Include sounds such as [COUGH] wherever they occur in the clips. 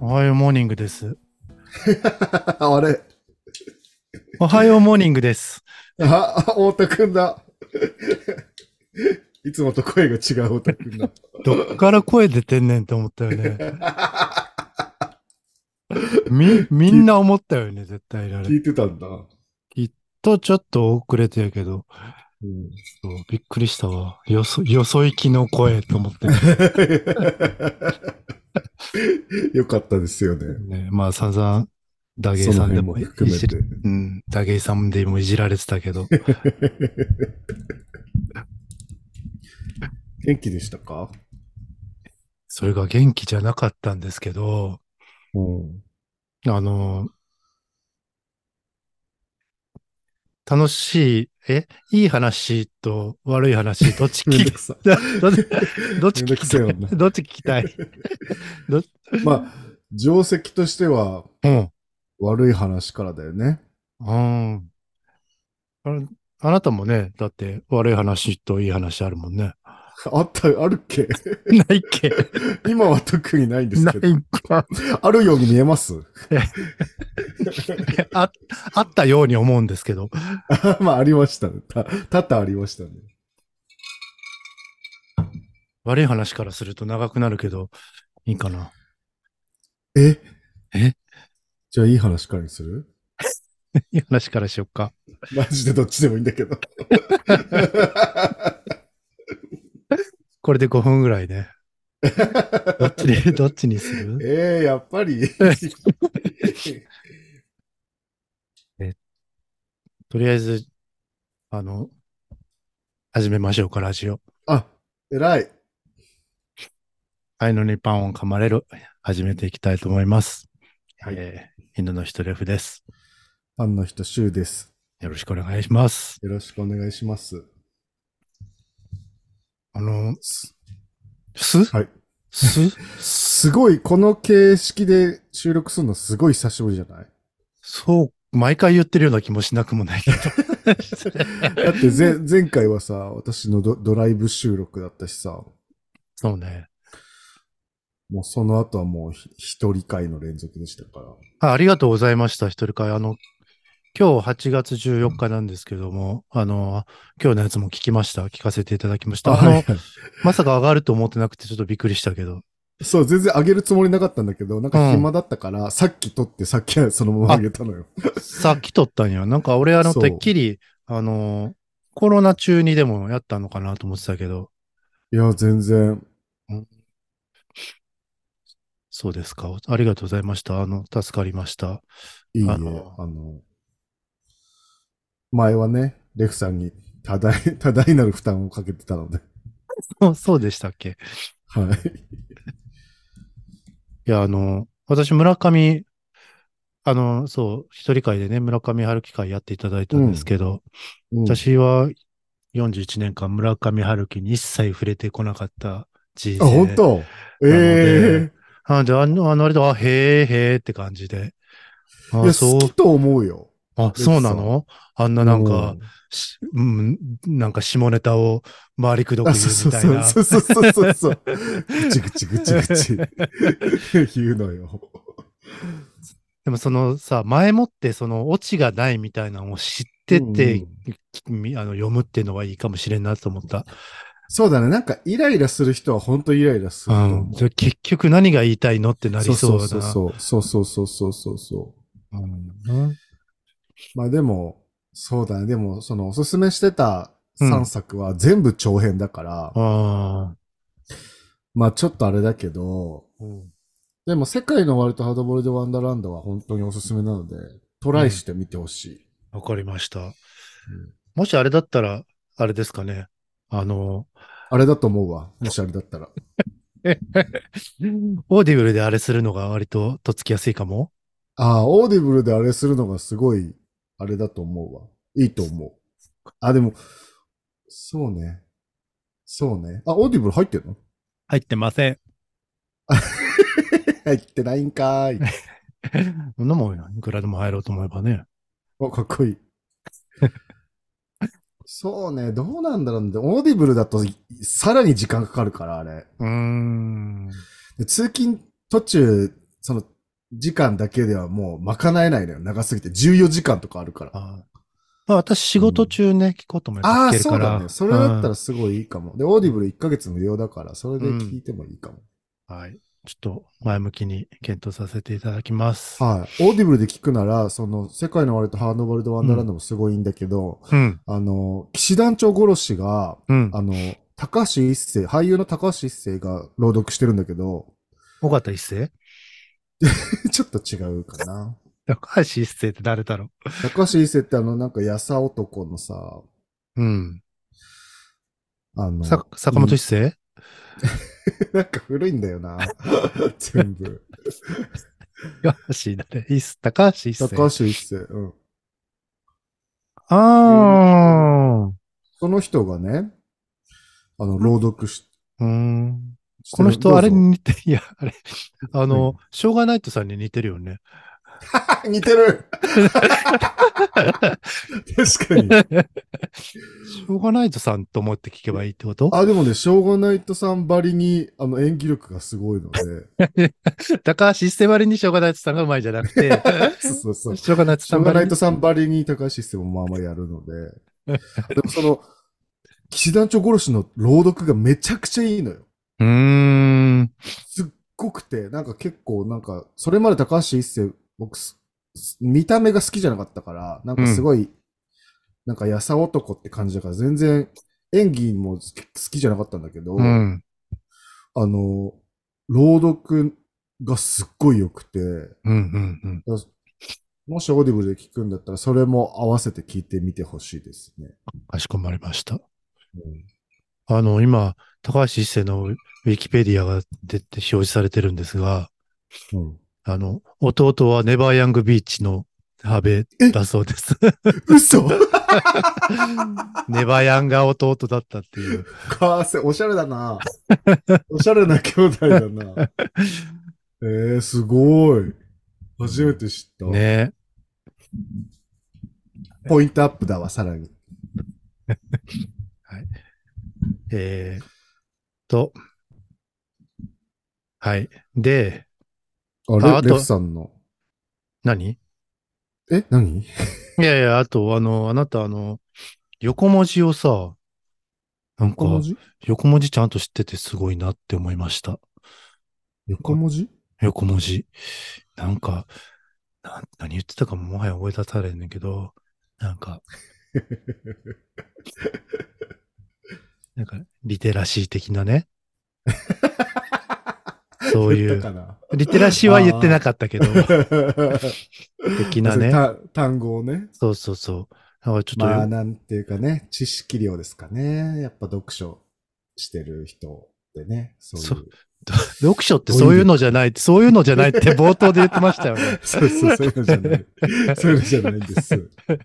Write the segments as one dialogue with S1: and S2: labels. S1: おはようモーニングです。
S2: [LAUGHS] あれ
S1: おはようモーニングです。
S2: あ、太田くんだ。 [LAUGHS] いつもと声が違う太田く
S1: [LAUGHS]
S2: んだ。
S1: どっから声出てんねんって思ったよね。み、みんな思ったよね、絶対あ
S2: 聞
S1: れ。
S2: いてたんだ。
S1: と、ちょっと遅れてやけど、
S2: うん、 [LAUGHS]
S1: そうびっくりしたわ。よそ、よそ行きの声と思って、
S2: よかったですよね。
S1: ね。 [LAUGHS] まあ、散々、ダゲイ
S2: その
S1: さん
S2: 辺
S1: で
S2: も
S1: もい
S2: 含め
S1: じ
S2: て
S1: り、。うん、ダゲイさんでもいじられてたけど。 [LAUGHS]
S2: 元気でしたか
S1: それが元気じゃなかったんですけど、
S2: うん。
S1: あの、楽しい、え、いい話と悪い
S2: [LAUGHS]
S1: 話、どっち
S2: めん
S1: 聞
S2: ど
S1: き
S2: くさ。
S1: どどどっち
S2: めんど
S1: 聞
S2: く
S1: き
S2: せえ
S1: たい
S2: 女
S1: どっち聞きたい
S2: まあ、定石としては
S1: うん。
S2: 悪い話からだよね。
S1: うん。あれあなたもね、だって悪い話といい話あるもんね。 [LAUGHS]
S2: あった、あるっけ
S1: ないっけ
S2: 今は特にないんです
S1: な
S2: けど。
S1: いんか
S2: あるように見えます
S1: あ。あったように思うんですけど。
S2: [LAUGHS] まあ、ありましたね。た、多々ありましたね。
S1: 悪い話からすると長くなるけど、いいかな。 [LAUGHS]
S2: え
S1: え
S2: じゃあ、いい話からにする
S1: いい話からしよっか。
S2: マジでどっちでもいいんだけど。
S1: これで5分ぐらいね。どっち
S2: [LAUGHS]
S1: に、どっちにする
S2: ええやっぱ
S1: [LAUGHS]
S2: り。
S1: とりあえず、あの、始めましょうか、ラジオ。
S2: あ、偉い。
S1: 愛のにパンを噛まれる、始めていきたいと思います。
S2: はい
S1: えー犬の人レフです。
S2: ファンの人、シュウです。
S1: よろしくお願いします。
S2: よろしくお願いします。
S1: あの、す
S2: はい。
S1: す
S2: [LAUGHS] すごい、この形式で収録するのすごい久しぶりじゃ
S1: [LAUGHS]
S2: ない
S1: そう、毎回言ってるような気もしなくもない
S2: [LAUGHS]
S1: けど。
S2: だって前、前回はさ、私のドドライブ収録だったしさ、
S1: そうね。
S2: もうその後はもうひ一人会の連続でしたから。
S1: あありがとうございました、一人会。あの、今日8月14日なんですけども、あの、今日のやつも聞きました。聞かせていただきました。あ
S2: は
S1: の
S2: い、はい
S1: まさか上がると思ってなくてちょっとびっくりしたけど。
S2: そう、全然上げるつもりなかったんだけど、なん
S1: うん
S2: か暇だったから、さっき撮ってさっきそのまま上げたのよ。
S1: さっき撮ったんや。なんか俺あの、
S2: そう
S1: てっきり、あの、コロナ中にでもやったのかなと思ってたけど、
S2: いや、全然。
S1: そうですか。ありがとうございました。あの、助かりました。 [LAUGHS]
S2: いいね。
S1: あ
S2: あ
S1: の
S2: の、前はね、レフさんに多大、 [LAUGHS] 多大なる負担をかけてたので。
S1: そうそうでしたっけ
S2: はい。
S1: いや、あの、私、村上、あの、そう、一人会でね、村上春樹会やっていただいたんですけど、
S2: うん、
S1: 私は41年間村上春樹に一切触れてこなかった人
S2: あ、
S1: 生で。
S2: 本当ええ
S1: あで、あの、あのあれだ、あへえへえって感じで。あ
S2: いや、
S1: そう
S2: 好きと思うよ。
S1: あ、
S2: レッ
S1: そう
S2: ツ
S1: な
S2: さん
S1: のあんななんか
S2: う、
S1: しうん、なんか下ネタを回りくどく
S2: あ、
S1: 言う
S2: そ
S1: み
S2: う
S1: たい
S2: そう
S1: な。
S2: そうそうそうそうそう。 [LAUGHS] ぐちぐちぐちぐち [LAUGHS] 言うのよ。
S1: でもそのさ、前もってそのオチがないみたいなのを知ってて、みあの読むっていうのはいいかもしれんなと思った。
S2: そうだね。なんかイライラする人は本当イライラす
S1: う
S2: ると思う。
S1: ん。それ結局何が言いたいのってなりそうな。
S2: そうそうそうそうそうそうそうそ
S1: うん
S2: う。まあでも、そうだね。でも、そのおすすめしてた
S1: うん
S2: 3作は全部長編だから、
S1: あ
S2: まあちょっとあれだけど、
S1: ーうん
S2: でも世界の終わりとハードボールドワンダーランドは本当におすすめなので、トライしてみてほしい。
S1: わかりました。もしあれだったら、あれですかね。あの、
S2: あれだと思うわ。もしあれだったら。
S1: オーディブルであれするのが割ととっつきやすいかも。
S2: ああ、オーディブルであれするのがすごい、あれだと思うわ。いいと思う。あ、でも、そうね。そうね。あ、オーディブル入ってるの
S1: 入ってません。
S2: [LAUGHS] 入ってないんかーい。
S1: [LAUGHS] そんなもんいくらでも入ろうと思えばね。
S2: お、かっこいい。そうね、どうなんだろうね。オーディブルだといさらに時間かかるから、あれ。
S1: うーん。
S2: で通勤途中、その時間だけではもう賄えないのよ。長すぎて。14時間とかあるから。
S1: あーまあ私仕事中ね、聞こうと思え
S2: あ
S1: ば聞
S2: あー、
S1: ける
S2: そ
S1: か
S2: うだ
S1: ら。
S2: ね。それだった
S1: うん
S2: らすごいいいかも。で、オーディブル1ヶ月無料だから、それで聞いてもいいかも。
S1: はい。ちょっと前向きに検討させていただきます。
S2: はい。オーディブルで聞くなら、その、世界の終わりとハードバルド・ワンダーランドもすごいんだけど、
S1: うん。
S2: あの、騎士団長殺しが、
S1: うん。
S2: あの、高橋一生、俳優の高橋一生が朗読してるんだけど、 [LAUGHS]
S1: 尾形一世
S2: ちょっと違うかな。
S1: 高橋一世って誰だろ
S2: 高橋一生ってあの、なんか、やさ男のさ、
S1: ううん。
S2: あの、
S1: さ坂本一世
S2: [LAUGHS] なんか古いんだよ [LAUGHS] な。全部。
S1: 高橋誰一世高橋一世。
S2: 高橋一生。うん。
S1: あ
S2: その人がね、あの、朗読し、
S1: あ。うん。
S2: して
S1: こ
S2: る
S1: の人、あれ
S2: どうぞ
S1: に似て、いや、あれ、あの、しょうがないとさんに似てるよね。
S2: 似て [LAUGHS] る確かに。
S1: しょうがないとさんと思って聞けばいいってこと
S2: あ、でもね、しょうがないとさんばりに、あの、演技力がすご
S1: [LAUGHS]
S2: いので、
S1: 高橋一世割にしょうがないとさんがうまいじゃなくて、
S2: [LAUGHS] そうそうそう。
S1: しょうがないと
S2: しょ
S1: さ
S2: うんが
S1: 割
S2: ない
S1: に
S2: とさんばりに高橋一生もまあまあやるので、でもその、騎士団長殺しの朗読がめちゃくちゃいいのよ。
S1: うーん。
S2: すっごくて、なんか結構なんか、それまで高橋一生、僕す、す見た目が好きじゃなかったから、なんかすごい、なんかやさ男って感じだから、全然演技も好き好きじゃなかったんだけど、
S1: うん。
S2: あの、朗読がすっごい良くて、
S1: うん、うん、うん。
S2: だからもしオーディブルで聞くんだったら、それも合わせて聞いてみてほしいですね。
S1: かしこまりました。
S2: うん
S1: あの、今、高橋一生のウィキペディアが出て表示されてるんですが、
S2: うん、
S1: あの、弟はネバーヤングビーチのハベだそう [LAUGHS] です。
S2: 嘘
S1: ネバヤンが弟だったっていう。
S2: かーせ、おしゃれだな。おしゃれな兄弟だ
S1: [LAUGHS]
S2: な。えー、すごい。初めて知った。
S1: ね
S2: ポイントアップだわ、さらに。
S1: えーっと。はい。で、
S2: あ
S1: ああと
S2: れレフさんの。
S1: 何い
S2: え、何
S1: やいや、あと、あの、あなた、あの、横文字をさ、なんか
S2: 横、文字
S1: 横文字ちゃんと知っててすごいなって思いました。
S2: 横文字
S1: 横文字。なんか、なん何言ってたかももはや思い出されんねんけど、なん
S2: [LAUGHS]
S1: か、なんか、リテラシー的な
S2: [LAUGHS]
S1: ね。そうい
S2: 言った
S1: う、
S2: かな
S1: リテラシーは言ってなかったけど、 [LAUGHS] 的なね。
S2: た単語をね。
S1: そうそうそう。だからちょっと、
S2: まあ、なんていうかね、知識量ですかね。やっぱ読書してる人でね。そういう。
S1: そ読書ってそういうのじゃないって、そういうのじゃないって冒頭で言ってま
S2: [LAUGHS]
S1: したよね。
S2: そうそう、そういうのじゃない。そういうのじゃない
S1: [LAUGHS]
S2: んです。
S1: はい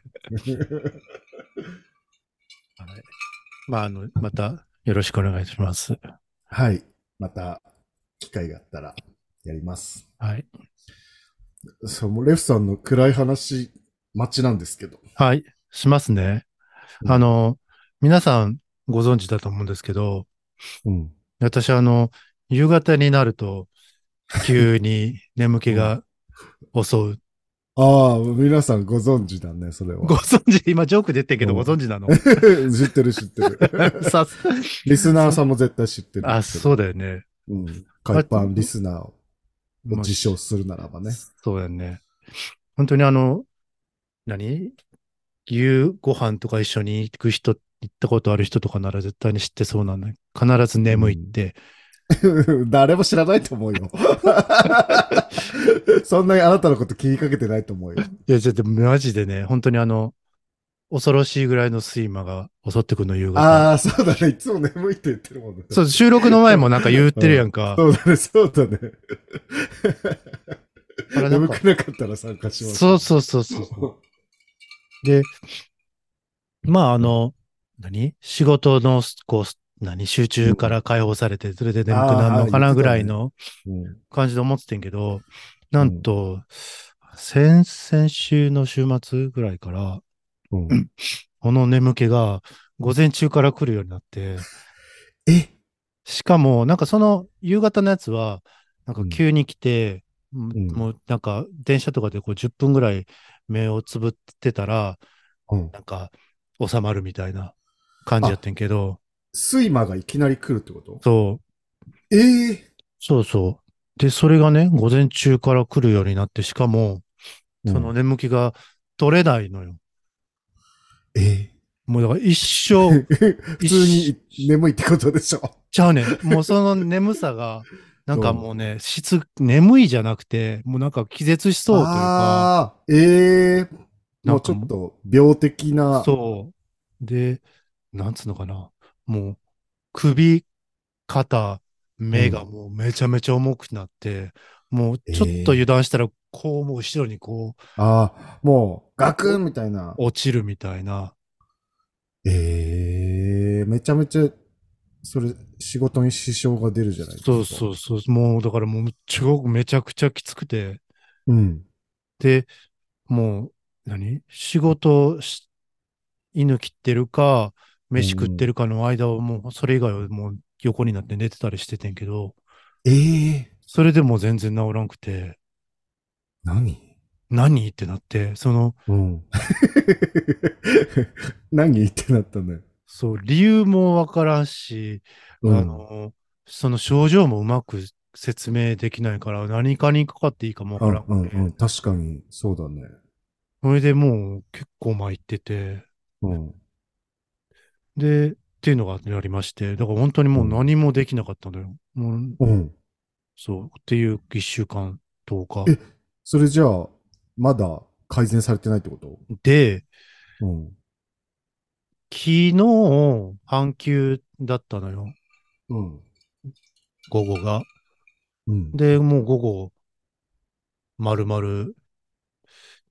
S1: まあ、あの、またよろしくお願いします。
S2: はい。また、機会があったら、やります。
S1: はい。
S2: そう、もうレフさんの暗い話、待ちなんですけど。
S1: はい、しますね。
S2: うん
S1: あの、皆さんご存知だと思うんですけど、
S2: うん。
S1: 私あの、夕方になると、
S2: [LAUGHS]
S1: 急に眠気が襲う。
S2: ああ、皆さんご存知だね、それ
S1: ご
S2: は。
S1: 存知、今ジョーク出てるけど
S2: う
S1: ご
S2: ん
S1: 存知なの
S2: [LAUGHS] 知ってる知って
S1: [LAUGHS]
S2: る。
S1: さす
S2: リスナーさんも絶対知ってる。。
S1: あ、そううだよね。
S2: うん。海パンリスナーを
S1: まあ
S2: 自称するならばね。 [LAUGHS]
S1: そうだよね。本当にあの、何夕ご飯とか一緒に行く人、行ったことある人とかなら絶対に知ってそうなんだ。必ず眠いって。
S2: 誰も知らないと思う
S1: [LAUGHS]
S2: よ。そんなにあなたのこと気にかけてないと思うよ。
S1: いや、ちょっとマジでね、本当にあの、恐ろしいぐらいの睡魔が襲ってくるの、夕方。
S2: ああ、そうだね。いつも眠いって言ってるもんね。
S1: そう、収録の前もなんか言ってるやん [LAUGHS] か。
S2: そうだね、そうだね。
S1: あれなん
S2: 眠
S1: か
S2: くなかったら参加します。
S1: そうそうそうそう。で、まあ、あの、何仕事の、こう、何集中から解放されて、それで眠くなるのか
S2: あ
S1: な
S2: ー
S1: ぐらいの
S2: うん。
S1: 感じで思っててんけど、なんと、先、先週の週末ぐらいから、
S2: うん
S1: この眠気が午前中から来るようになって、
S2: え
S1: しかも、なんかその夕方のやつは、なんか急に来て、
S2: ん
S1: もうなんか電車とかでこう10分ぐらい目をつぶってたら、
S2: うん
S1: なんか収まるみたいな感じやってんけど、
S2: 睡魔がいきなり来るってこと
S1: そう、
S2: ええ
S1: そうそう。で、それがね、午前中から来るようになって、しかも、
S2: うん
S1: その眠気が取れないのよ。
S2: え
S1: もうだから一生、
S2: え [LAUGHS] 普通に眠いってことでしょ。
S1: ちゃうねん。もうその眠さが、なんかもうね、質、眠いじゃなくて、もうなんか気絶しそうというか、
S2: ああ、ええ
S1: な
S2: も
S1: ん
S2: うち
S1: か
S2: ょっと病的な。
S1: そう。で、なんつうのかな。もう、首、肩、目がもうめちゃめちゃ重くなって、もうちょっと油断したら、こう、もう後ろにこう、
S2: ああ、もうガクンみたいな。
S1: 落ちるみたいな。
S2: ええめちゃめちゃ、それ、仕事に支障が出るじゃないですか。
S1: そうそうそう。もう、だからもう、すごくめちゃくちゃきつくて。
S2: う。うん。
S1: で、もう、何仕事し、犬切ってるか、飯食ってるかの間をもう、それ以外はもう横になって寝てたりしててんけど、
S2: ええ
S1: それでもう全然治らんくて、
S2: 何
S1: 何ってなって、その、
S2: うん。 [LAUGHS] 何ってなったんだよ。
S1: そう、理由もわからんし、
S2: うん
S1: あの、その症状もうまく説明できないから、何かにかかっていいかもわ
S2: う
S1: から
S2: ん
S1: んくて
S2: うんうん。確かに、そうだね。
S1: それでもう結構参ってて、
S2: うん。
S1: で、っていうのがありまして、だから本当にもう何もできなかったのよ。もう、
S2: うん。
S1: そう、っていう一週間とか。
S2: えそれじゃあ、まだ改善されてないってこと
S1: で、
S2: うん。
S1: 昨日、半休だったのよ、
S2: うん。
S1: 午後が。
S2: うん。
S1: で、もう午後、まるまる、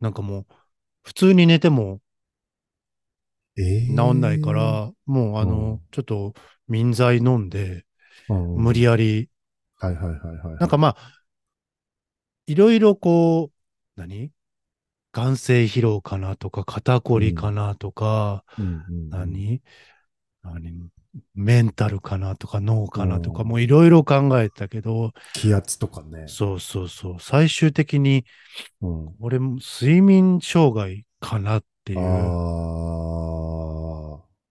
S1: なんかもう、普通に寝ても
S2: ええ
S1: 治んないか、ら、もうあの、
S2: うん
S1: ちょっと民剤飲んで、
S2: うん
S1: 無。理やり、
S2: はいはいはいはい。
S1: なんかまあ、いろいろこう、何眼性疲労かなとか、肩こりかなとか、
S2: うんうん、
S1: 何何メンタルかなとか、脳かなとか、
S2: うん
S1: もういろいろ考えたけど、
S2: 気圧とかね。
S1: そうそうそう、最終的に、
S2: うん。
S1: 俺も睡眠障害かなっていう。
S2: ああ。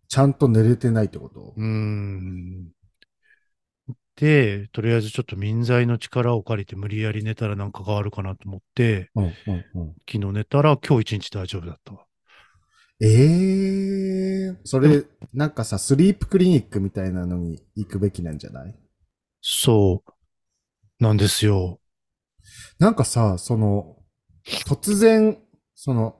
S2: ちゃんと寝れてないってこと
S1: うーん。で、とりあえずちょっと民剤の力を借りて無理やり寝たらなんか変わるかなと思って、
S2: うんうんうん。
S1: 昨日寝たら今日一日大丈夫だったわ。
S2: ええそれ、なんかさ、スリープクリニックみたいなのに行くべきなんじゃない
S1: そう。なんですよ。
S2: なんかさ、その、突然、その、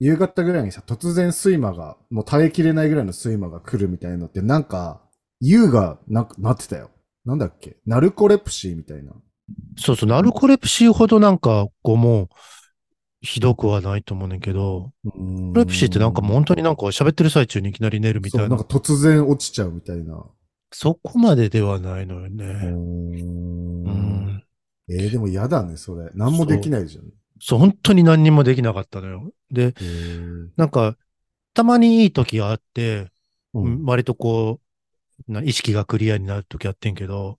S2: 夕方ぐらいにさ、突然睡魔が、もう耐えきれないぐらいの睡魔が来るみたいなのって、なんか、優がなくなってたよ。なんだっけナルコレプシーみたいな。
S1: そうそう、ナルコレプシーほどなんか、こうもう、ひどくはないと思うねんけど、ナルコレプシーってなんかもう本当になんか喋ってる最中にいきなり寝るみた
S2: そう
S1: い
S2: なん
S1: な。
S2: か
S1: そ
S2: 突然落ちちゃうみたいな。
S1: こまでではないのよね。う
S2: うん
S1: ん。
S2: えー、でも嫌だね、それ。何もできないじゃん。
S1: そう、本当に何にもできなかったのよ。で、
S2: へー
S1: なんか、たまにいい時があって、
S2: うん
S1: 割とこう、な意識がクリアになる時あってんけど、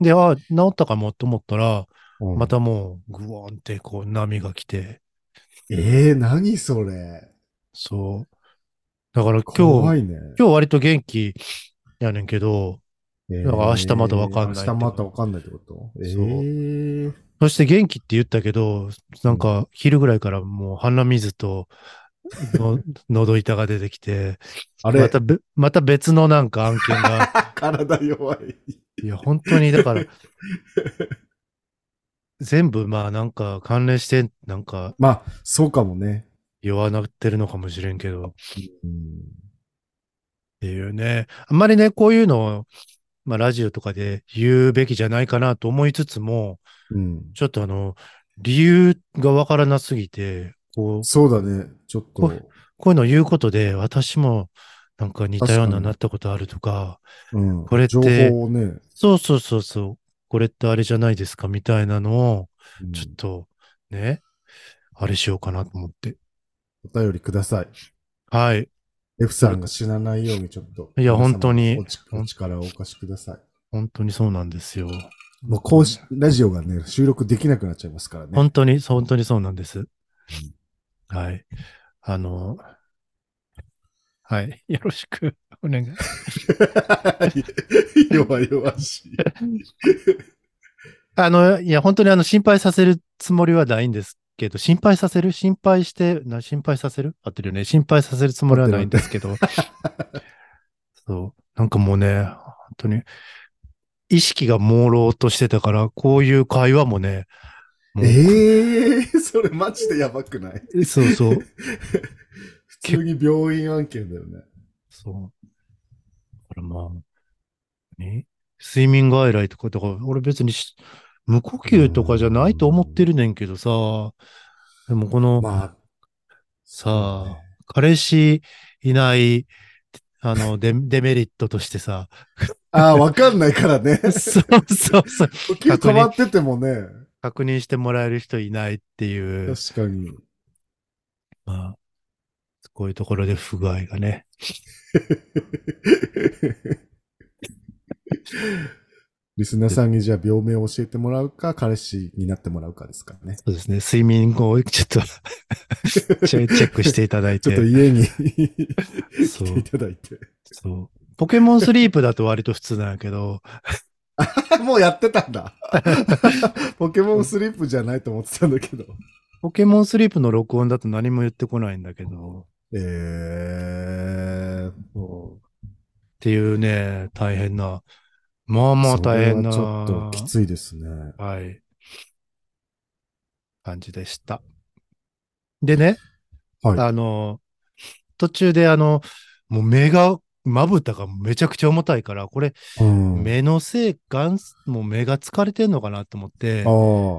S1: で、ああ、治ったかもと思ったら、
S2: うん
S1: またもう、グワーンってこう、波が来て、
S2: えー、何それ。
S1: そう。だから今
S2: 怖
S1: 日、
S2: いね。
S1: 今日割と元気やねんけど、
S2: えー
S1: だから明日まだわかんない
S2: 明日まだわかんないってことえ
S1: そう
S2: ー、
S1: そして元気って言ったけど、なんか昼ぐらいからもう鼻水と、の喉痛が出てきて、
S2: あれ、
S1: またべ、また別のなんか案件が、
S2: [LAUGHS] 体弱い。
S1: いや、本当に、だから、全部、まあ、なんか、関連して、なんか、
S2: まあ、そうかもね。
S1: 弱なってるのかもしれんけど、っ
S2: うん
S1: ていうね。あんまりね、こういうのを、まあ、ラジオとかで言うべきじゃないかなと思いつつも、
S2: うん。
S1: ちょっとあの、理由がわからなすぎて、こう、
S2: そうだね。ちょっと
S1: こ。こういうのを言うことで、私も、なんか似たよう
S2: 確か
S1: な
S2: に
S1: なったことあるとか、
S2: うん、
S1: これって
S2: 情報をね、
S1: そうそうそうそう、これってあれじゃないですか、みたいなのを、
S2: うん
S1: ちょっと、ね、あれしようかなと思って。
S2: お便りください。
S1: はい。
S2: F さんが死なないようにちょっと。
S1: いや本当に
S2: お力をお貸しください。
S1: 本当にそうなんですよ。
S2: もうこうし、ラジオがね、収録できなくなっちゃいますからね。
S1: 本当に、そう本当にそうなんです。はい。あの、はい。よろしくお願い。
S2: [LAUGHS] 弱々しい。
S1: あの、いや、本当にあの、心配させるつもりはないんですけど、心配させる心配して、な、心配させる合ってるよね。心配させるつもりはないんですけ
S2: [LAUGHS]
S1: ど。そう。なんかもうね、本当に、意識が朦朧としてたから、こういう会話もね、もう
S2: ええー、それマジでやばくない
S1: そうそう、
S2: 普通に病院案件だよね。
S1: そう。だからまあ、ね、睡眠外来とか、だから俺別にし無呼吸とかじゃないと思ってるねんけどさ、でもこの、
S2: まあ、
S1: さあ、彼氏いない、あの、 [LAUGHS] デデメリットとして
S2: [LAUGHS]
S1: さ、
S2: ああ、わかんないからね。
S1: そうそうそう、
S2: 呼吸止まっててもね、
S1: 確認してもらえる人いないっていう、
S2: 確かに。
S1: まあ、こういうところで不具合がね。
S2: リスナーさんにじゃあ病名を教えてもらうか、彼氏になってもらうかですからね。
S1: そうですね、睡眠をちょっ
S2: [LAUGHS]
S1: とチェ、チェックしていただい
S2: ちょ
S1: て
S2: っと。家に
S1: そ
S2: [LAUGHS] 来て
S1: う
S2: い、ただいて。
S1: そう。ポケ
S2: [LAUGHS]
S1: モンスリープだと割と普通なんやけど、
S2: もうやってたんだ。ポケモンスリープじゃないと思ってたんだけど。
S1: ポケモンスリープの録音だと何も言ってこないんだけど、
S2: えー、も
S1: っていうね、大変な、まあ
S2: う
S1: まあ大変な。
S2: それはちょっときついですね。
S1: はい。感じでした。でね、
S2: はい
S1: あの、途中であの、もう目が、まぶたがめちゃくちゃ重たいから、これ、
S2: うん、
S1: 目のせい、眼すもう目が疲れてんのかなと思って
S2: あ、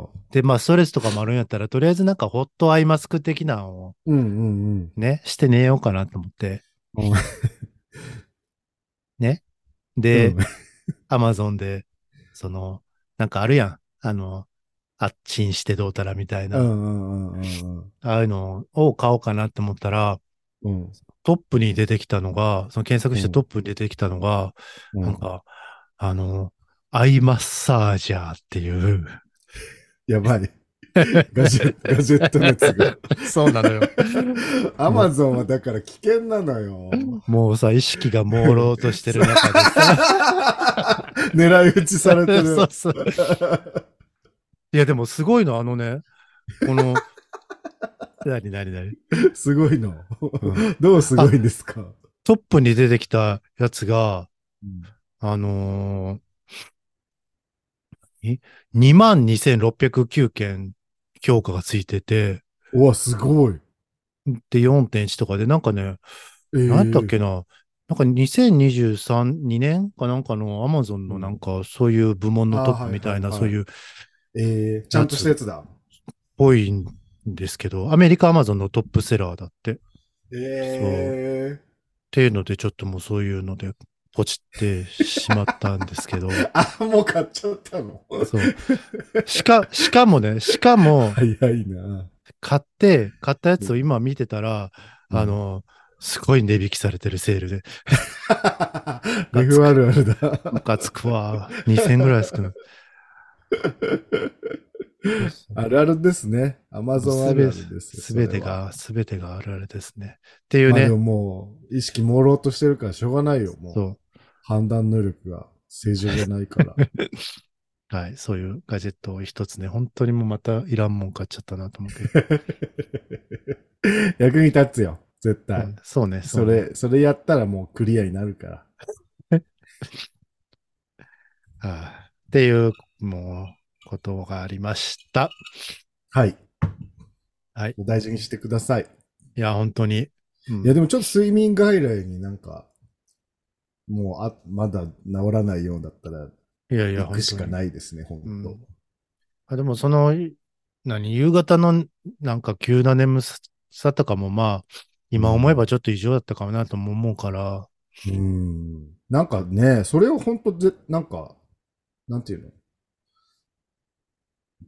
S2: あ。
S1: で、まあ、ストレスとかもあるんやったら、とりあえずなんかホットアイマスク的なのを
S2: うんうんうん。
S1: ね、して寝ようかなと思って、
S2: うん
S1: で
S2: うん、
S1: アマゾンで、その、なんかあるやん、あの、あっちんしてどうたらみたいな、
S2: うんうんうんうん
S1: ああいうのを買おうかなって思ったら、
S2: うん。
S1: トップに出てきたのが、その検索して
S2: うん
S1: トップに出てきたのが、
S2: うん
S1: なんか、あの、アイマッサージャーっていう。
S2: やばい。ガジェ
S1: [LAUGHS]
S2: ガジェットのやつが。
S1: そうなのよ。
S2: アマゾンはだから危険なのよ。
S1: [LAUGHS] もうさ、意識が朦朧としてる中でさ。
S2: 狙い撃ち [LAUGHS] されて
S1: [LAUGHS]
S2: る
S1: そ。うそう。いや、でもすごいの、あのね、こ
S2: [LAUGHS]
S1: の、なになになに
S2: すごいの
S1: ん。
S2: どうすごいんですか
S1: トップに出てきたやつが、
S2: うん
S1: あのー、22,609件評価がついてて、
S2: うわ、すごい。
S1: で4.1とかで、なんかね、
S2: えー
S1: なんだっけな、なんか2023、2年かなんかのアマゾンのなんかそういう部門のトップみたいな、
S2: あー
S1: そ
S2: は
S1: う
S2: い
S1: いう
S2: はい
S1: っ
S2: えーちゃんとしたやつだ。
S1: ぽいんですけど、アメリカアマゾンのトップセラーだって。っ
S2: え
S1: ていうので、ちょっともうそういうので、ポチってしまったんですけど、
S2: ーあ、もう買っちゃったの。
S1: そう。しか、しかもね、しかも、
S2: 早いな。
S1: [LAUGHS] 買って、買ったやつを今見てたら、
S2: うん
S1: あの、すごい値引きされてるセールで、
S2: レフあるあるだ。
S1: [LAUGHS] ムカつくわ。2000ぐらい少ない。
S2: あるあるですね。アマゾンあるあるですよ。
S1: すべて
S2: それは。
S1: が、すべてがあるあるですね。っていう
S2: まあ
S1: ね
S2: でも、もう、意識朦朧としてるからしょうがないよ、もう。
S1: そ
S2: 判断能力が正常じゃな
S1: [LAUGHS]
S2: いから。 [LAUGHS]
S1: う、はい、そういうガジェットを一つね、本当にもうまたいらんもん買っちゃったなと思うけど。
S2: 役に立つよ、絶対。
S1: うんそうね、
S2: そう
S1: ね。
S2: れ、それやったらもうクリアになるから。
S1: はいっていう、もう、ことがありました。
S2: はい。
S1: はい
S2: お大事にしてください。
S1: いや、本当に。うん
S2: いや、でもちょっと睡眠外来になんか、もうあ、まだ治らないようだったら、
S1: いやいや、
S2: 行
S1: 本
S2: くし
S1: 当
S2: か
S1: に。
S2: ないですね、ほん
S1: う
S2: と
S1: ん。あでも、その、何、夕方の、なんか急な眠さとかも、まあ、今思えばちょっと異常だったかなとも思うから、
S2: うん。なんかね、それをほんとぜ、なんか、なんていうの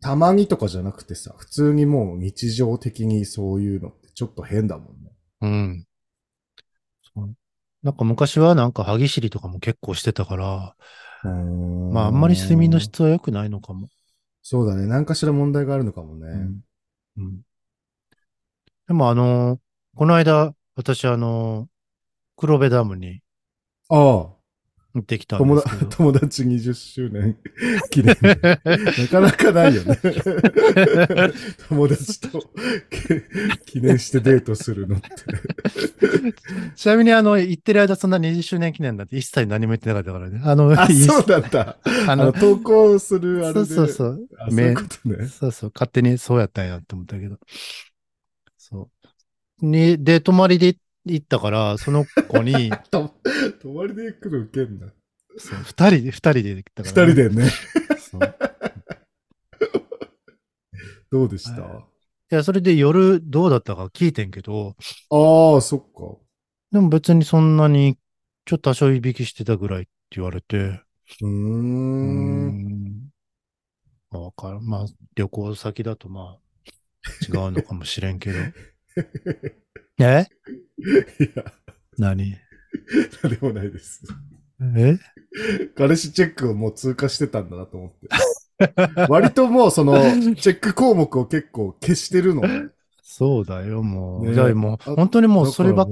S2: たまにとかじゃなくてさ、普通にもう日常的にそういうのってちょっと変だもんね。
S1: うん。そうなんか昔はなんか歯ぎしりとかも結構してたから、まあ、あんまり睡眠の質は良くないのかも。
S2: そうだね。何かしら問題があるのかもね。
S1: うんうんでも、あのーこの間、私、あのー黒部ダムに
S2: あ
S1: 行ってきた
S2: あ、
S1: ん
S2: 友
S1: ですけ
S2: 達、 [LAUGHS] 友達20周年 [LAUGHS] 記念。なかなかないよね。 [LAUGHS] 友達と記念してデートする
S1: [LAUGHS]
S2: のって。
S1: ど、 [LAUGHS] ちなみに、あの、行ってる間、そんな20周年記念なんて一切何も言ってなかったからね。あの、
S2: あ、
S1: いい
S2: そうだった。
S1: あ
S2: あの、
S1: の、
S2: 投稿する
S1: そ
S2: あれで。
S1: うそうそう。
S2: あそういうことね。
S1: そうそう、勝手にそうやったんやって思ったけど。そう。に、で、泊まりで行ったから、その子
S2: [LAUGHS]
S1: に、
S2: と泊まりで行くの受けんな。
S1: そう、二人で、二人で行った
S2: 二
S1: から、
S2: 人。でね。
S1: そう。
S2: どうでした、
S1: はいいや、それで夜どうだったか聞いてんけど、
S2: ああ、そっか。
S1: でも別にそんなに、ちょっと多少いびきしてたぐらいって言われて、
S2: うー。
S1: うんん。まあ、わからん。まあ、旅行先だとまあ、違うのかもしれんけ
S2: [LAUGHS]
S1: ど。え
S2: いや、
S1: 何
S2: なんでもないです。
S1: え
S2: 彼氏チェックをもう通過してたんだなと思って。割ともうその、チェック項目を結構消してるのね。
S1: そうだよ、もう。
S2: ねえ
S1: いや、もう、
S2: あ
S1: 本当に [LAUGHS] もうそればっ
S2: だ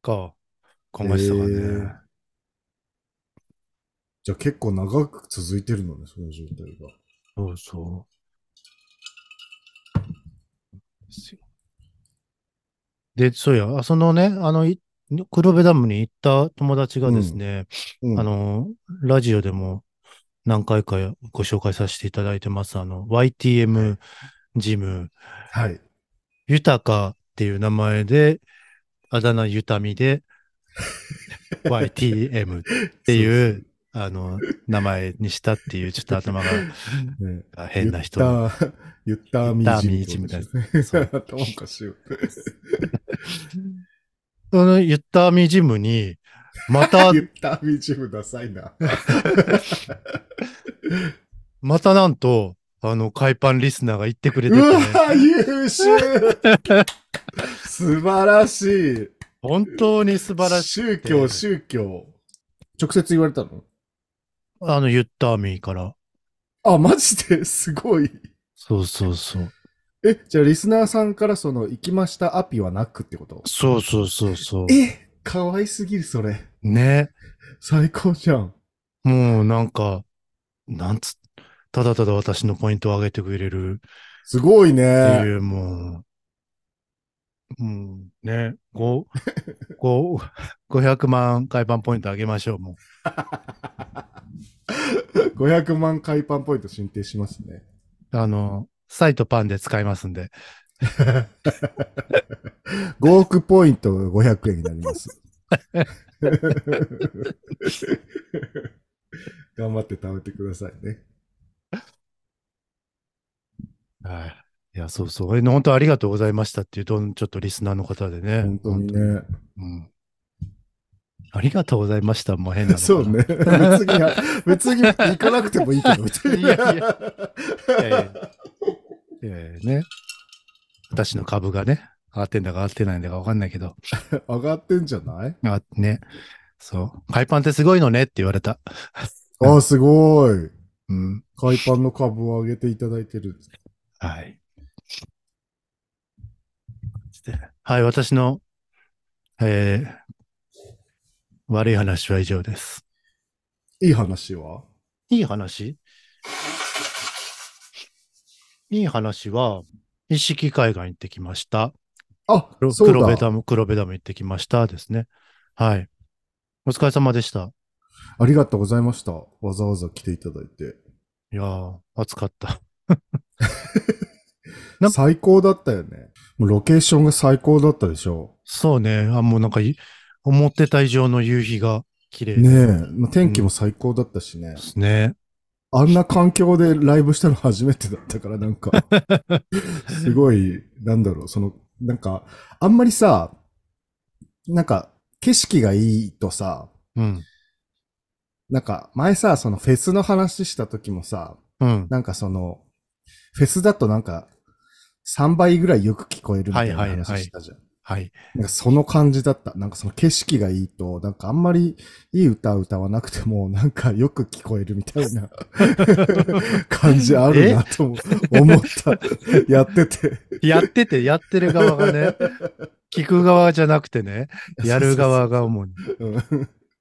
S2: からもう
S1: か考えてたからね。
S2: へえじゃあ結構長く続いてるのね、その状態が。
S1: そうそう。ですよで、そうや、あそのね、あの、い黒部ダムに行った友達がですね、
S2: うん、
S1: あの、ラジオでも何回かご紹介させていただいてます、あの、YTM ジム、
S2: はい。
S1: ゆたかっていう名前で、あだ名ゆたみ
S2: [LAUGHS]
S1: で、YTM ってい、
S2: そう
S1: あの、名前にしたっていう、ちょっと頭
S2: うそう。ね
S1: が変な人。
S2: 言った、言った
S1: 言ったみ
S2: みた
S1: じ
S2: い
S1: み
S2: [LAUGHS] な。
S1: そう
S2: 頭おかしいよ。
S1: そのゆったみジムに、また、
S2: [LAUGHS] 言ったみじむダサいな。
S1: またなんと、あの、海パンリスナーが言ってくれて
S2: う
S1: て、
S2: わ、優秀素晴らしい。
S1: 本当に素晴ら
S2: [LAUGHS]
S1: しい。
S2: 宗教、宗教。直接言われたの
S1: あの、ゆったみから。
S2: あ、マジですごい。
S1: そうそうそう。
S2: え、じゃあリスナーさんからその、行きましたアピはなくってこと
S1: そうそうそうそう。
S2: え、かわいすぎる、それ。
S1: ね。
S2: 最高じゃん。
S1: もうなんか、なんつ、ただただ私のポイントを上げてくれる
S2: すごい
S1: って
S2: ね。
S1: いう、もう、うん、ね、ご、
S2: [LAUGHS]
S1: ご、500万海パンポイント上げましょう、もう。
S2: [LAUGHS] 500万回パンポイント申請しますね。
S1: あの、サイトパンで使いますんで。
S2: [LAUGHS] 5億ポイントが500円になります。 [LAUGHS] 頑張って貯めてくださいね。
S1: はい。いや、そうそう。え本当ありがとうございましたっていう、どんちょっとリスナーの方でね。
S2: 本当にね。
S1: うん。ありがとうございました。もう変なのかな。
S2: そうね。別に、別に行かなくても [LAUGHS] いいけど、別に。
S1: いやいやいいやいや。いやいやね。私の株がね、上がってんだか上がってないんだかわかんないけど。
S2: 上がってんじゃない
S1: 上がってね。そう。海パンってすごいのねって言われた。
S2: あ、すごい。
S1: うん。
S2: 海パンの株を上げていただいてる。
S1: はい。はい、私の、えー、悪い話は以上です。
S2: いい話はい
S1: い話いい話は、一式海岸行ってきました。
S2: あ
S1: 黒、
S2: そう
S1: 黒部
S2: だ。
S1: ダム、黒部ダム行ってきましたですね。はい。お疲れ様でした。
S2: ありがとうございました。わざわざ来ていただいて。
S1: いやー、暑かった。な
S2: 最高だったよね。もうロケーションが最高だったでしょ
S1: そうね。あ、もうなんかい、思ってた以上の夕日が綺麗
S2: う。ねえ、まあ天気も最高だったしね
S1: で。すね。
S2: あんな環境でライブしたの初めてだったから、なんか、すごい、なんだろう、その、なんか、あんまりさ、なんか、景色がいいとさ、
S1: うん。
S2: なんか、前さ、そのフェスの話した時もさ、
S1: うん。
S2: なんかその、フェスだとなんか、3倍ぐらいよく聞こえるみたいな
S1: はいはいはい
S2: 話したじゃん。
S1: はい。
S2: なんかその感じだった。なんかその景色がいいと、なんかあんまりいい歌歌わなくても、なんかよく聞こえるみたい
S1: [LAUGHS]
S2: な感じあるなと思思
S1: [LAUGHS]
S2: った。やってて。
S1: やってて、やってる側が
S2: [LAUGHS]
S1: ね、聞く側じゃなくてね、やる側が主に。
S2: うん。だ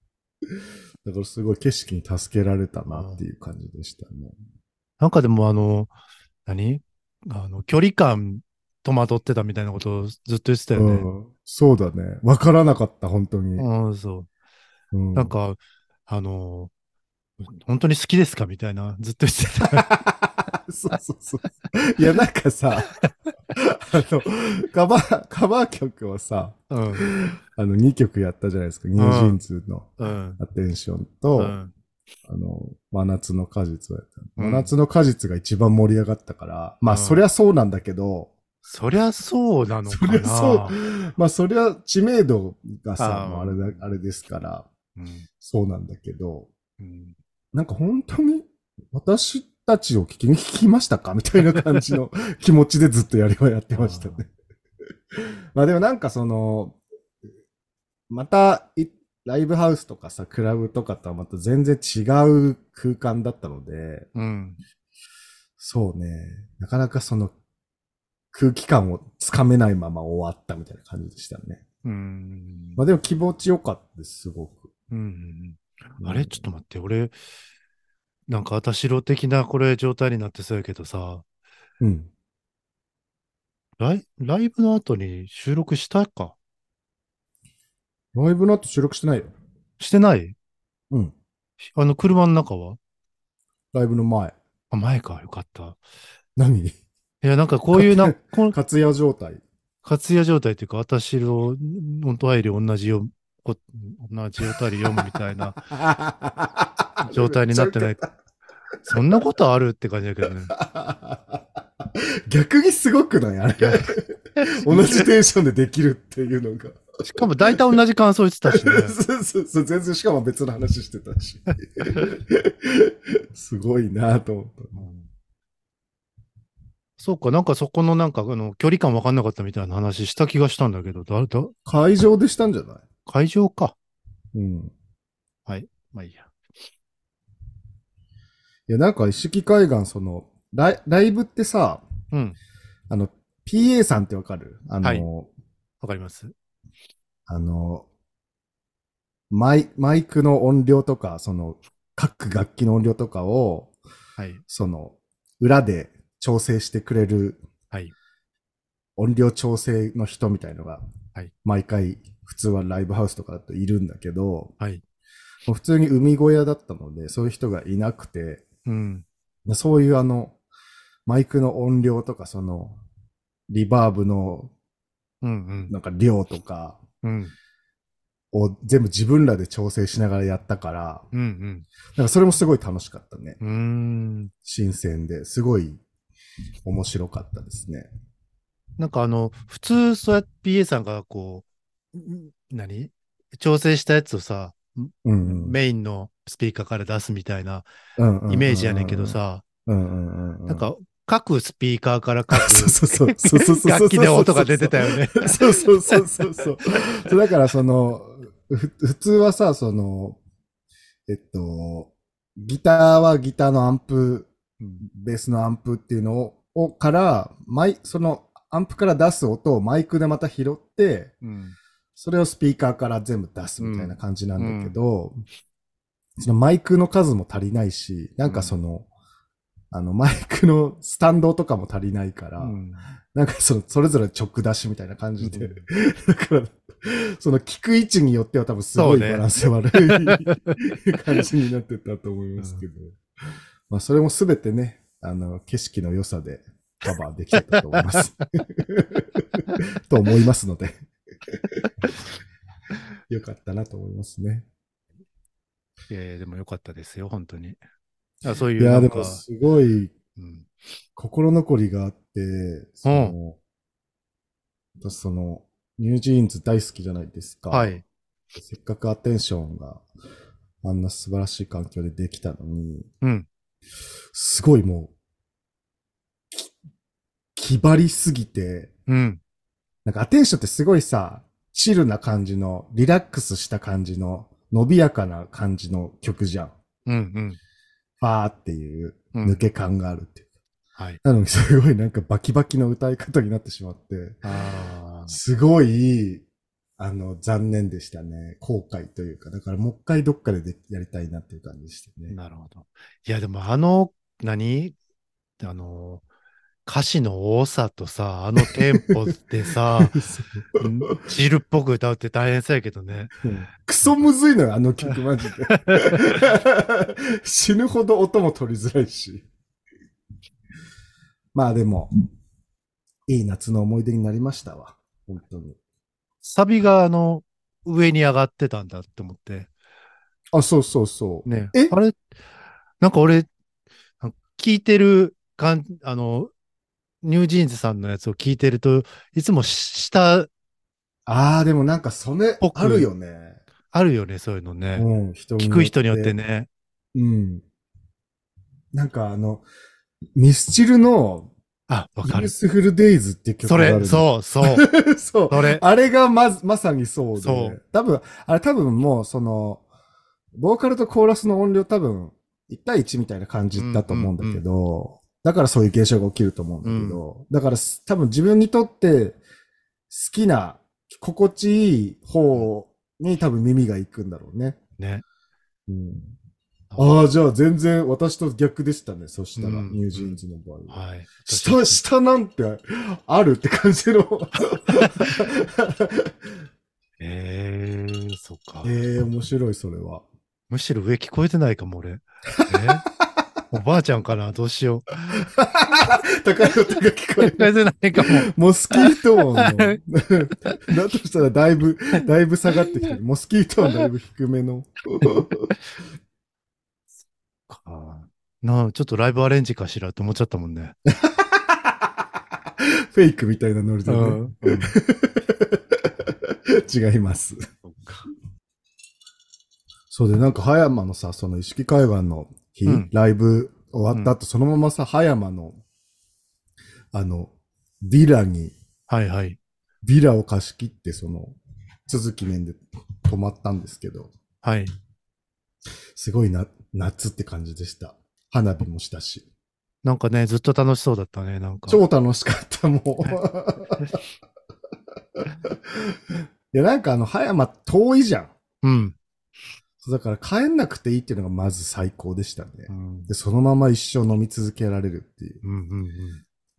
S2: からすごい景色に助けられたなっていう感じでしたね。
S1: なんかでもあの、何あの、距離感戸惑ってたみたいなことをずっと言ってたよね。
S2: うん、そうだね。わからなかった、本当に。
S1: うん、そう。
S2: うん
S1: なんか、あの、本当に好きですかみたいな、ずっと言ってた。
S2: [LAUGHS] そうそうそう。いや、なんかさ、あの、カバー、カバー曲をさ、
S1: うん、
S2: あの、2曲やったじゃないですか。ニュージーンズの
S1: うん、
S2: アテンション
S1: う
S2: と、
S1: ん、
S2: あの、真夏の果実をやった。
S1: うん
S2: 真夏の果実が一番盛り上がったから、まあ、
S1: うん
S2: そりゃそうなんだけど、
S1: そりゃそうなのか
S2: そ
S1: な。
S2: りゃそう、まあ、そりゃ知名度がさ、
S1: あー
S2: もうあれだ、あれですから、
S1: うん。
S2: そうなんだけど、
S1: うん
S2: なんか本当に私たちを聞きに聞きましたかみ [LAUGHS] たいな感じの気持ちでずっとやりはやってましたね。まあでもなんかその、またいライブハウスとかさ、クラブとかとはまた全然違う空間だったので、
S1: うん。
S2: そうね、なかなかその空気感をつかめないまま終わったみたいな感じでしたね。
S1: うん
S2: まあでも気持ちよかったです、すごく。
S1: うん。あれちょっと待って、俺、なんか、あたしろ的な、これ、状態になってそうやけどさ、
S2: うん。
S1: ライライブの後に収録したか
S2: ライブの後収録してないよ。
S1: してない
S2: うん。
S1: あの、車の中は
S2: ライブの前。
S1: あ、前か、よかった。
S2: 何 [LAUGHS]
S1: いや、なんかこういうな、
S2: 勝
S1: この
S2: 活躍状態。
S1: 活躍状態というか、私の、本当はより同じよ、こ同じおたり読むみたい
S2: [LAUGHS]
S1: な [LAUGHS] 状態になってない。そんなことあるって感じだけどね。
S2: 逆にすごくないあれ。同じテンションでできるっていうのが。
S1: しかも大体同じ感想言ってたしね。
S2: そうそうそう、全然しかも別の話して
S1: [LAUGHS]
S2: たし。すごいなと思った。
S1: うんそうか、なんかそこのなんか、あの、距離感わかんなかったみたいな話した気がしたんだけど、だ、だ、
S2: 会場でしたんじゃない
S1: 会場か。
S2: うん。
S1: まあいいや。
S2: いや、なんか一式海岸、その、ライライブってさ、
S1: うん、
S2: あの、PA さんってわかるあの、
S1: はいわかります。
S2: あの、マイ、マイクの音量とか、その、各楽器の音量とかを、
S1: はい。
S2: その、裏で調整してくれる、
S1: はい
S2: 音量調整の人みたいのが、
S1: はい
S2: 毎回、普通はライブハウスとかだといるんだけど、
S1: はい
S2: もう普通に海小屋だったので、そういう人がいなくて、
S1: うん。
S2: そういうあの、マイクの音量とか、その、リバーブの、
S1: うん
S2: なんか量とか、
S1: うん。うん。
S2: を全部自分らで調整しながらやったから、
S1: うん
S2: なんかそれもすごい楽しかったね。
S1: うん。うーん。
S2: 新鮮で、すごい面白かったですね。
S1: なんかあの、普通、そうやって PA さんがこう、ん何調整したやつをさ、
S2: うん
S1: メインのスピーカーから出すみたいな
S2: うん。
S1: イメージやねんけど、さ、
S2: うんうんうん。
S1: なん、か各スピーカーから各
S2: [LAUGHS] そうそうそう。そうそうそう。
S1: 楽器で音が出てたよね。
S2: [LAUGHS] そうそうそうそうそう。そうだからその、ふ普通はさ、その、えっと、ギターはギターのアンプ、ベースのアンプっていうのを、をから、マイ、その、アンプから出す音をマイクでまた拾って、
S1: うん
S2: それをスピーカーから全部出すみたいな感じなんだけど、そのマイクの数も足りないし、なんかその、あの、マイクのスタンドとかも足りないから、
S1: うん
S2: なんかその、それぞれ直出しみたいな感じで、
S1: うん
S2: だから、その聞く位置によっては多分すご
S1: そう
S2: い
S1: ね
S2: バランス悪い感じになってたと思いますけど、まあそれもすべてね、あの、景色の良さでカバーできてたと思
S1: [LAUGHS]
S2: います。と思いますので、よかったなと思いますね。
S1: いやいやでもよかったですよ、本当に。あそうい
S2: いう
S1: な
S2: や、
S1: ん
S2: で
S1: か
S2: も、すご
S1: う
S2: い
S1: ん
S2: 心残りがあって、その、私その、ニュージーンズ大好きじゃないですか。
S1: はい。
S2: せっかくアテンションがあんな素晴らしい環境でできたのに、
S1: うん。
S2: すごいもう、き気張りすぎて、
S1: うん。
S2: なんかアテンションってすごいさ、チルな感じの、リラックスした感じの、伸びやかな感じの曲じゃん。
S1: うんうん。
S2: ファーっていう
S1: うん
S2: 抜け感があるっていう。
S1: はい。
S2: なのにすごいなんかバキバキの歌い方になってしまって、
S1: ああ。
S2: すごい、あの、残念でしたね。後悔というか、だからもう一回どっかででやりたいなっていう感じでした [LAUGHS] ね。、
S1: なるほど。いや、でもあの、何あの、歌詞の多さとさ、あのテンポでさ
S2: [LAUGHS] そ
S1: う
S2: う
S1: んチルっぽく歌うって大変そうやけどね。
S2: クソむずいのよ、あの曲、
S1: [LAUGHS]
S2: マジで。死ぬほど音も取りづらいし。まあでも、いい夏の思い出になりましたわ。本当に。
S1: サビがあの、上に上がってたんだって思って。
S2: あ、そうそうそう。
S1: ね。
S2: え
S1: あれなんか俺、なんか聞いてるかん、あの、ニュージーンズさんのやつを聞いてると、いつも下
S2: ああ、でもなんかそれ
S1: 僕
S2: あるよね。
S1: あるよね、そういうのね。
S2: うん、人
S1: 聞く人によって。ね。
S2: うん。なんかあの、ミスチルの、
S1: あ、わ
S2: ユ
S1: か
S2: ー
S1: る。
S2: スフルデイズっていう曲
S1: そ
S2: がある
S1: れ、そう、そう。
S2: う。 [LAUGHS] そう。
S1: それ。
S2: あれがまず、まさにそうで。
S1: そう
S2: 多分、あれ多分もう、その、ボーカルとコーラスの音量多分、1対1みたいな感じだと思うんだけど、だからそういう現象が起きると思うんだけど、だからす多分自分にとって好きな、心地いい方に多分耳が行くんだろうね。
S1: ね。
S2: うん、ああ、じゃあ全然私と逆でしたね。そしたら、
S1: うん
S2: ニュージーンズの場合は。
S1: はい。
S2: 下、下なんてあるって感じの。
S1: ええー、そっか。
S2: [LAUGHS] ええ面白い、それは。
S1: むしろ上聞こえてないかも、 [LAUGHS] 俺。えおばあちゃんかなどうしよう。
S2: 高い音が聞こえ
S1: 聞こ
S2: [LAUGHS] る。
S1: えてないかも。
S2: モスキート [LAUGHS] 音の。
S1: は
S2: だ
S1: い
S2: としたら、だいぶ、だいぶ下がってきてる。モスキート音だいぶ低め [LAUGHS] の。
S1: かな [LAUGHS] あちょっとライブアレンジかしらって思っちゃったもんね。
S2: フェイクみたいなノリだね。
S1: うん
S2: [LAUGHS] 違います。そうで、なんか、葉山のさ、その、意識海岸の日、
S1: うん
S2: ライブ終わった後、そのままさ、葉山の、あの、ビラに、
S1: はいはい。
S2: ビラを貸し切って、その、続き面で泊まったんですけど、
S1: はい。
S2: すごいな、夏って感じでした。花火もしたし。
S1: なんかね、ずっと楽しそうだったね、なんか。
S2: 超楽しかった、も
S1: [LAUGHS]
S2: う。いや、なんかあの、葉山遠いじゃん。
S1: うん。
S2: そうだから帰んなくていいっていうのがまず最高でしたね。
S1: うん。
S2: で、そのまま一生飲み続けられるっていう。
S1: うんうん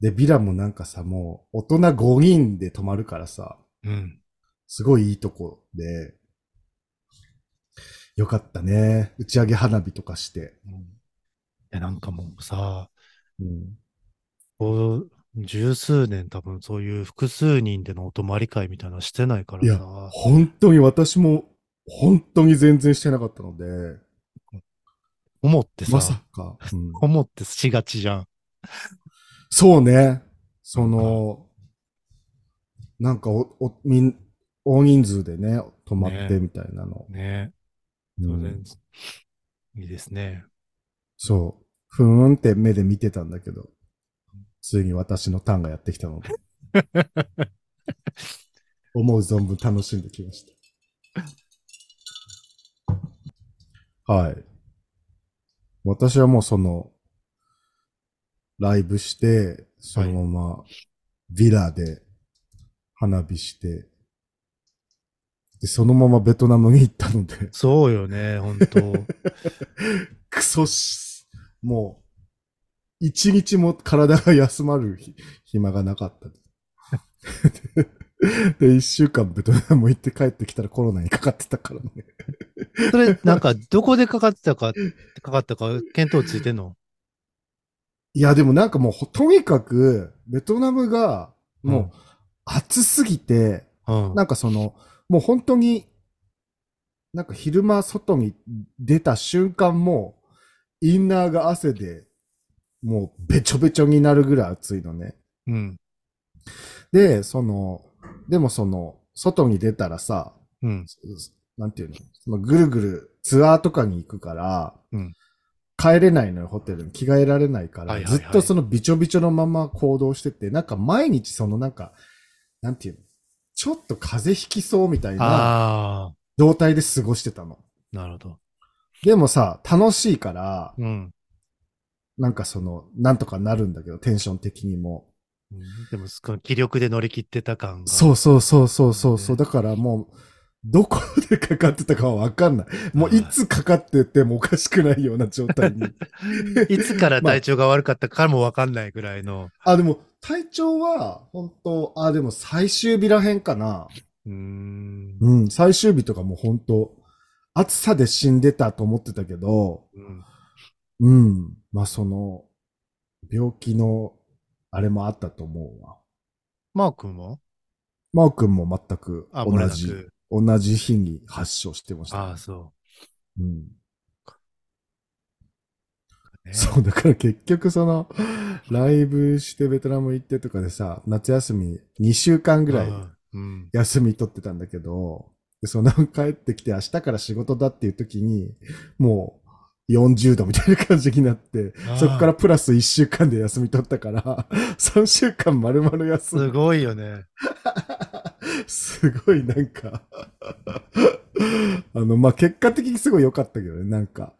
S2: で、ビラもなんかさ、もう、大人5人で泊まるからさ、
S1: うん。うん。
S2: すごいいいとこで、よかったね。打ち上げ花火とかして。
S1: うんいや、なんかもうさ、
S2: うん。
S1: こう十数年多分そういう複数人でのお泊まり会みたいなのしてないから
S2: いや
S1: さ。
S2: 本当に私も、本当に全然してなかったので、
S1: 思ってさ、
S2: まさか。うん
S1: 思ってしがちじゃん。
S2: そうね。その、なんかお、お、みん、大人数でね、泊まって
S1: ね
S2: みたいなの。
S1: ね
S2: う
S1: 当
S2: ん
S1: 然、いいですね。
S2: そう。ふーんって目で見てたんだけど、ついに私のターンがやってきた
S1: [LAUGHS]
S2: ので。思う存分楽しんできました。はい。私はもうその、ライブして、そのまま、ビラで、花火して、で、そのままベトナムに行ったので、
S1: そうよね、本
S2: [LAUGHS]
S1: 当
S2: クソし、もう、一日も体が休まるひ暇がなかった。 [LAUGHS] で、一週間ベトナム行って帰ってきたらコロナにかかってたからね。
S1: それ、なんか、どこでかかってたか、かかったか、見当ついてんの
S2: いや、でもなんかもうほ、とにかく、ベトナムが、もう、暑すぎて、
S1: うん。
S2: なんかその、もう本当に、なんか昼間外に出た瞬間もう、インナーが汗で、もうべちょべちょになるぐらい暑いのね。
S1: うん。
S2: で、その、でもその、外に出たらさ、
S1: うん。
S2: なんていうの、そのぐるぐるツアーとかに行くから、
S1: うん
S2: 帰れないのよ、ホテルに。着替えられないから、
S1: はいはいはい
S2: ずっとそのびちょびちょのまま行動してて、なんか毎日そのなんか、なんていうの、ちょっと風邪ひきそうみたいな
S1: ああ、
S2: 状態で過ごしてたの。
S1: なるほど。
S2: でもさ、楽しいから、
S1: うん。
S2: なんかその、なんとかなるんだけど、テンション的にも。
S1: うんでも、その気力で乗り切ってた感が。
S2: そうそうそうそうそうそう。
S1: ね
S2: だからもう、どこでかかってたかはわかんない。もういつかかっててもおかしくないような状
S1: [LAUGHS]
S2: 態に。
S1: いつから体調が悪かったかもわかんないぐらいの。
S2: あ、でも、体調は、本当あ、でも最終日らへんかな。
S1: うーん。
S2: うん、最終日とかもう本当暑さで死んでたと思ってたけど、
S1: うん
S2: うん、まあその、病気の、あれもあったと思うわ。
S1: マー君は
S2: マオ君も全く
S1: あ、
S2: 同
S1: 漏
S2: じ
S1: れな、く
S2: 同じ日に発症してました。
S1: ああ、そ
S2: うん。
S1: う。ね
S2: そう、だから結局その、ライブしてベトナム行ってとかでさ、夏休み2週間ぐらい
S1: うん。
S2: 休み取ってたんだけど、でその帰ってきて明日から仕事だっていう時に、もう40度みたいな感じになって、そこからプラス1週間で休み取ったから、3週間丸々休ん
S1: すごいよね。
S2: すごいなんか、あの、まあ、結果的にすごい良かったけどね、なんか、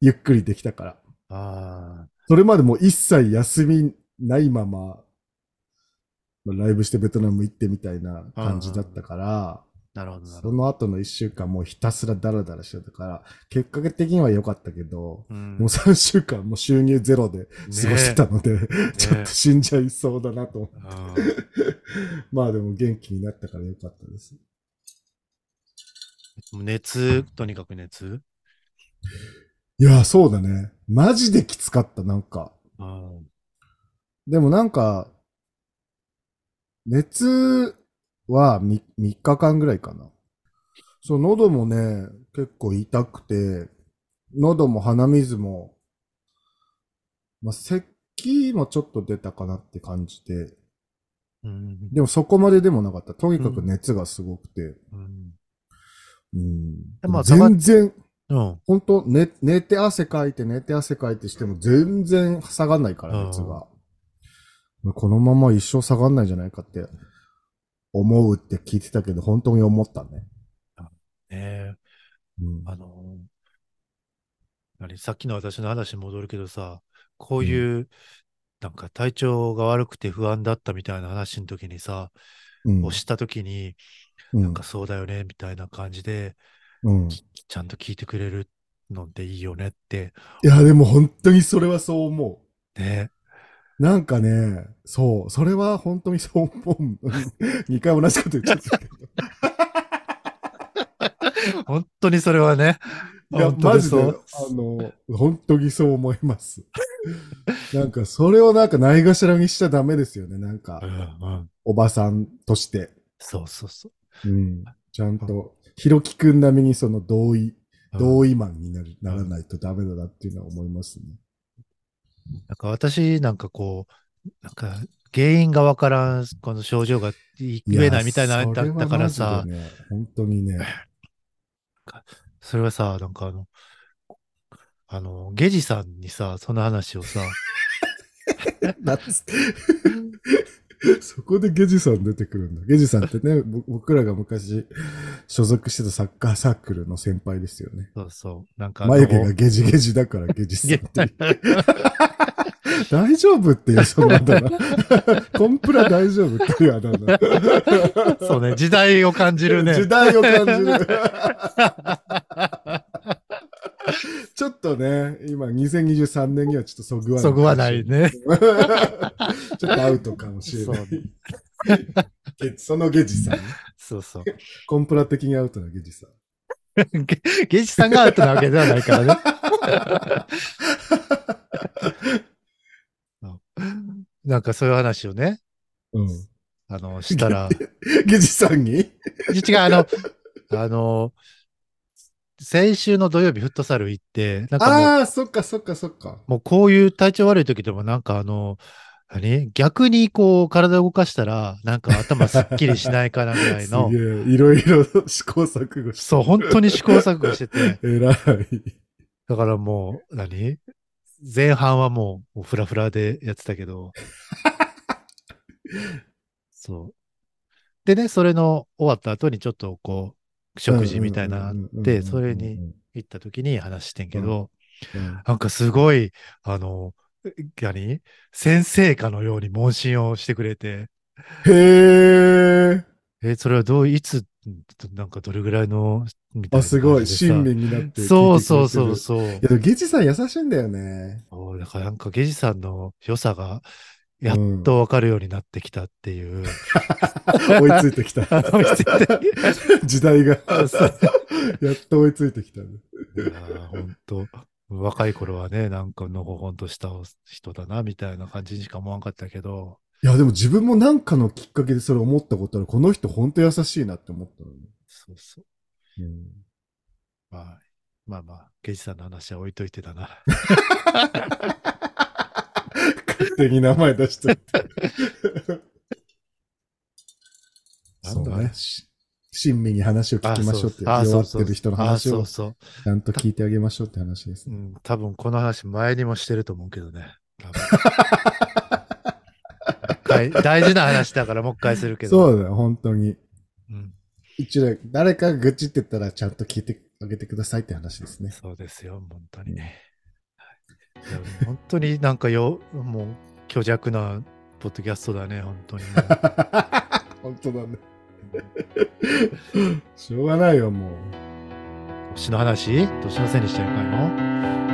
S2: ゆっくりできたから。
S1: ああ。
S2: それまでもう一切休みないまま、まあライブしてベトナム行ってみたいな感じだったから、
S1: なるほど、なる
S2: そ
S1: ほど。
S2: の後の一週間もうひたすらダラダラしてたから、結果的には良かったけど、
S1: うん
S2: もう3週間もう収入ゼロで過ごしてたので、ちょっと死んじゃいそうだなと思って
S1: うん
S2: まあでも元気になったから良かったです。
S1: 熱、とにかく熱。
S2: いや、そうだね。マジできつかった、なんか。
S1: うん
S2: でもなんか、熱は 3, 3日間ぐらいかな。そう、喉もね、結構痛くて、喉も鼻水も、まあ、咳もちょっと出たかなって感じで、
S1: うん
S2: でもそこまででもなかった。とにかく熱がすごくて、
S1: うん
S2: うん。
S1: でまあ
S2: 全然、
S1: うん。
S2: 本当寝、寝て汗かいて、寝て汗かいてしても全然下がんないから、熱が。このまま一生下がんないんじゃないかって思うって聞いてたけど、本当に思ったね。
S1: ねえ
S2: うん、
S1: あのー、あれさっきの私の話に戻るけどさ、こういう、なんか体調が悪くて不安だったみたいな話の時にさ、
S2: うん
S1: をした時に、
S2: うん
S1: なんかそうだよね、みたいな感じで、
S2: うん。い
S1: ちゃんと聞いてくれるのっていいよねって、
S2: や、でも本当にそれはそう思
S1: ね。
S2: う。なんかね、そう、それは本当にそう思う。2回同じこと言っちゃ
S1: [LAUGHS]
S2: ったけど。
S1: 本当にそれはね、
S2: いや、
S1: 本当
S2: マ
S1: に
S2: ジで、
S1: そ
S2: あ
S1: う。
S2: の、本当にそう思います。なんか、それをなんかないがしろにしちゃダメですよね。なんか
S1: う、んうん。
S2: おばさんとして。
S1: そうそうそう。
S2: うん。ちゃんと、ひろきくん並みにその同意、
S1: うん
S2: 同意マンになるならないとダメだなっていうのは思いますね。
S1: なんか私なんかこう、なんか原因がわからん、この症状が言えないみたいな
S2: や
S1: だったからさ、
S2: それはマジでね本当に
S1: [LAUGHS]
S2: ね。 [LAUGHS]
S1: それはさ、なんかあの、あの、ゲジさんにさ、その話をさ、
S2: だっつってそこでゲジさん出てくるんだ。ゲジさんってね、 [LAUGHS] ぼ僕らが昔所属してたサッカーサークルの先輩ですよね。
S1: そうそう、なんかあの、
S2: 眉毛がゲジゲジだからゲジさんっていう。 [LAUGHS] 大丈夫っていう、そのあだ名。 [LAUGHS] コンプラ大丈夫っていうあだ名。
S1: [LAUGHS] そうね、時代を感じる
S2: [LAUGHS]
S1: ね。
S2: 時代を感じ
S1: [LAUGHS]
S2: る。ちょっとね、今2023年にはちょっとそぐわない。
S1: そぐわ
S2: [LAUGHS]
S1: ない。ね。
S2: ちょっとアウトかもしれ
S1: そう
S2: ない。ゲそのゲジさん。
S1: そうそう。 [LAUGHS]
S2: コンプラ的にアウトなゲジさん。
S1: ゲゲジさんがアウトなわけではない
S2: [LAUGHS]
S1: からね。なんかそういう話をね、
S2: うん。
S1: あの、したら、
S2: ゲジさんに
S1: 違う、あの、あの、先週の土曜日フットサル行って、なんかもう
S2: ああー、そっかそっかそっか。
S1: もうこういう体調悪い時でもなんかあの、何逆にこう体動かしたらなんか頭すっきりしないかなぐらい
S2: [LAUGHS] す
S1: の、
S2: げえ、いろいろ試行錯誤して。
S1: そう、本当に試行錯誤してて、
S2: えらい。
S1: だからもう、何前半はもうもうフラフラでやってたけど、そう。でね、それの終わった後にちょっとこう、食事みたいな
S2: うんうんうんうんうん
S1: でそれに。行った時に話してんけど、
S2: うん
S1: なんかすごい、あの、何先生かのように問診をしてくれて、
S2: へえ。
S1: え、それはどう、いつ、なんかどれぐらいの、みたいな
S2: あ、すご
S1: 感
S2: い。
S1: じでさ
S2: 親身になって。
S1: そうそうそう。そう。
S2: いや、でもゲチさん優しいんだよね。
S1: そうだからなんかゲジさんの良さが、やっ
S2: うん
S1: とわかるようになってきたって
S2: [LAUGHS]
S1: いう。
S2: 追いついてきた。
S1: [LAUGHS] 追いついて
S2: [LAUGHS] 時代が。
S1: そう
S2: やっと追いついてきたね。
S1: いやーほんと若い頃はね、なんかのほほんとした人だな、みたいな感じにしか思わんかったけど、
S2: いや、でも自分もなんかのきっかけでそれ思ったことある。この人本当優しいなって思ったのね。
S1: そうそう。まあ、まあまあ、ゲジさんの話は置いといてだな。
S2: 勝手に名前出しといて。
S1: [LAUGHS] な
S2: そ
S1: んだ
S2: うね。し親身に話を聞きましょうって。
S1: あーそ
S2: 弱
S1: う
S2: っ
S1: そ
S2: て
S1: う
S2: る人の
S1: あー
S2: 話
S1: そ
S2: を
S1: う
S2: ち
S1: そう。
S2: ゃんと聞いてあげましょうって話です
S1: う
S2: ね。
S1: ん、多分この話前にもしてると思うけど
S2: [LAUGHS]
S1: ね。多分はい大事な話だからもう一回するけど。
S2: そうだよ、本当に。
S1: うん
S2: 一応、誰かが愚痴って言ったらちゃんと聞いてあげてくださいって話ですね。 [LAUGHS]
S1: そうですよ、本当
S2: う
S1: に。
S2: ん
S1: はいでも本当になんかよ、もう虚弱なポッドキャストだね、本
S2: [LAUGHS]
S1: 当にもう。
S2: 本当だね。しょうがないよ、もう。
S1: 年の話年のせいにしてるかいの